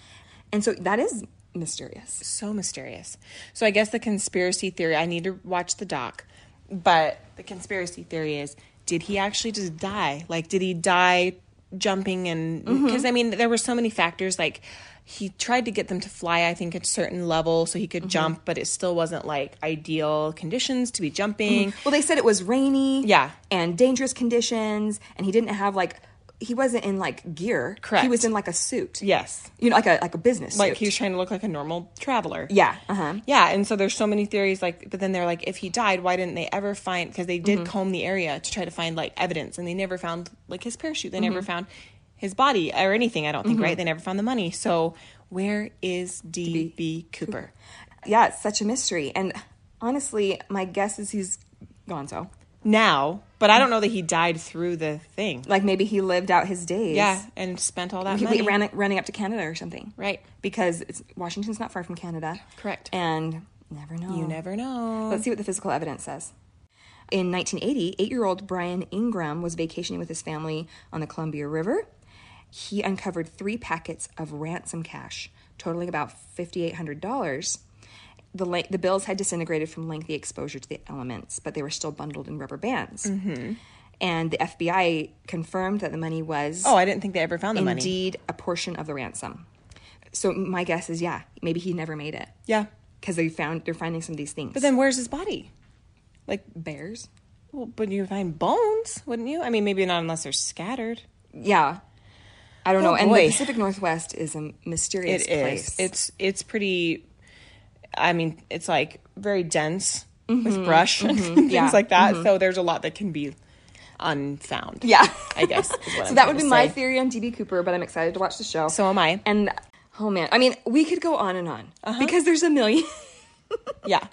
and so that is mysterious. so mysterious. So I guess the conspiracy theory. I need to watch the doc, but the conspiracy theory is: Did he actually just die? Like, did he die jumping? And because I mean, there were so many factors. Like, he tried to get them to fly. I think at a certain level so he could jump, but it still wasn't like ideal conditions to be jumping. Well, they said it was rainy, Yeah. and dangerous conditions, and he didn't have like he wasn't in like gear. Correct. He was in like a suit. Yes, You know, like a like a business like suit. he was trying to look like a normal traveler. yeah. Uh huh. Yeah, and so there's so many theories like but then they're like if he died, why didn't they ever find because they Mm-hmm. did comb the area to try to find like evidence and they never found like his parachute. They Mm-hmm. never found his body or anything, I don't think, right? They never found the money. So where is DB Cooper? yeah, it's such a mystery. And honestly, my guess is he's gonzo. Now, but I don't know that he died through the thing. Like maybe he lived out his days. Yeah, and spent all that He, money. he ran running up to Canada or something. right. Because it's, Washington's not far from Canada. Correct. And never know. You never know. Let's see what the physical evidence says. In 1980, eight year old Brian Ingram was vacationing with his family on the Columbia River. He uncovered three packets of ransom cash, totaling about $5,800. The, la- the bills had disintegrated from lengthy exposure to the elements, but they were still bundled in rubber bands. Mm-hmm. And the FBI confirmed that the money was Oh, I didn't think they ever found the money. indeed a portion of the ransom. So my guess is, yeah, maybe he never made it Yeah. because they found they're finding some of these things. But then where's his body? Like bears. well, but you find bones, wouldn't you? I mean, maybe not unless they're scattered. Yeah. I don't know. And Oh, boy. the Pacific Northwest is a mysterious It is. place. It's it's pretty. I mean, it's like very dense with brush and things Mm-hmm. yeah. Mm-hmm. like that. So there's a lot that can be unfound. yeah. I guess. is what so I'm that would trying be to my say. theory on DB Cooper, but I'm excited to watch the show. So am I. Uh-huh. And oh man, I mean, we could go on and on because there's a million. Yeah.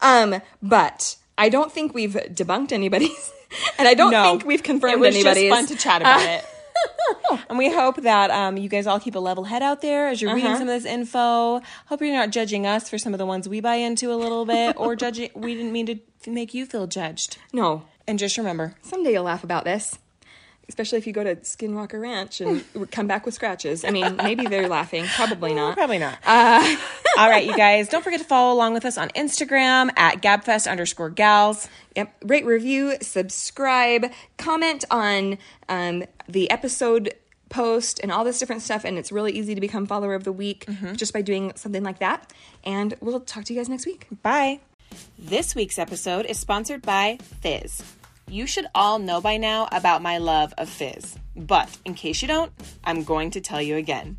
um, but I don't think we've debunked anybody's, and I don't No, think we've confirmed It was anybody's. just fun to chat about it. and we hope that um, you guys all keep a level head out there as you're reading Uh-huh. some of this info. Hope you're not judging us for some of the ones we buy into a little bit, or judging. We didn't mean to f- make you feel judged. no, And just remember, someday you'll laugh about this. Especially if you go to Skinwalker Ranch and Hmm. come back with scratches. I mean, maybe they're laughing. Probably not. Probably not. Uh, All right, you guys. Don't forget to follow along with us on Instagram at gabfest underscore gals. Yep. Rate, review, subscribe, comment on um, the episode post and all this different stuff. And it's really easy to become follower of the week Mm-hmm. just by doing something like that. And we'll talk to you guys next week. Bye. This week's episode is sponsored by Fizz. You should all know by now about my love of Fizz. But in case you don't, I'm going to tell you again.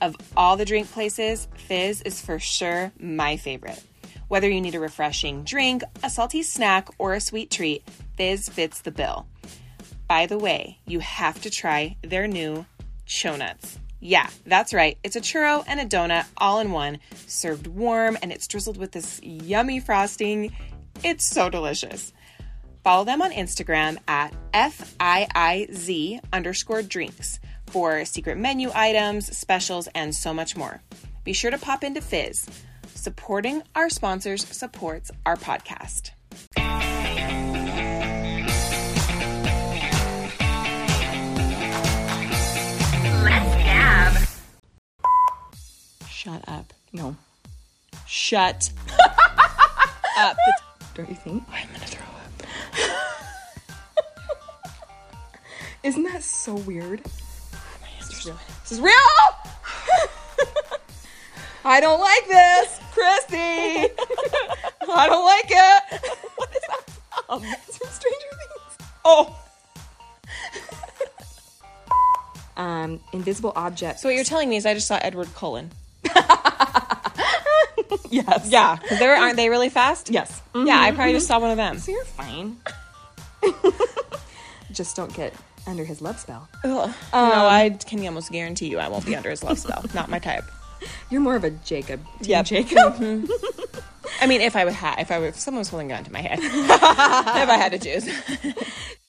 Of all the drink places, Fizz is for sure my favorite. Whether you need a refreshing drink, a salty snack, or a sweet treat, Fizz fits the bill. By the way, you have to try their new Chonuts. Yeah, that's right. It's a churro and a donut all in one, served warm, and it's drizzled with this yummy frosting. It's so delicious. Follow them on Instagram at FIIZ underscore drinks for secret menu items, specials, and so much more. Be sure to pop into Fizz. Supporting our sponsors supports our podcast. Shut up. No. Shut Don't you think? I'm gonna throw up. Isn't that so weird? My hands are so This is real. I don't like this, Christy. I don't like it. What is that from? It's from Stranger Things. Oh. Um, invisible objects. So what you're telling me is I just saw Edward Cullen. yes. Yeah. 'cause They're, aren't they really fast? Yes. Yeah, I probably just saw one of them. So you're fine. Just don't get under his love spell. Ugh. Um, no, I can almost guarantee you I won't be under his love spell. Not my type. You're more of a Jacob. Team Yep. Jacob. I mean, if I would have, if I were, if someone was holding a gun to my head, if I had to choose.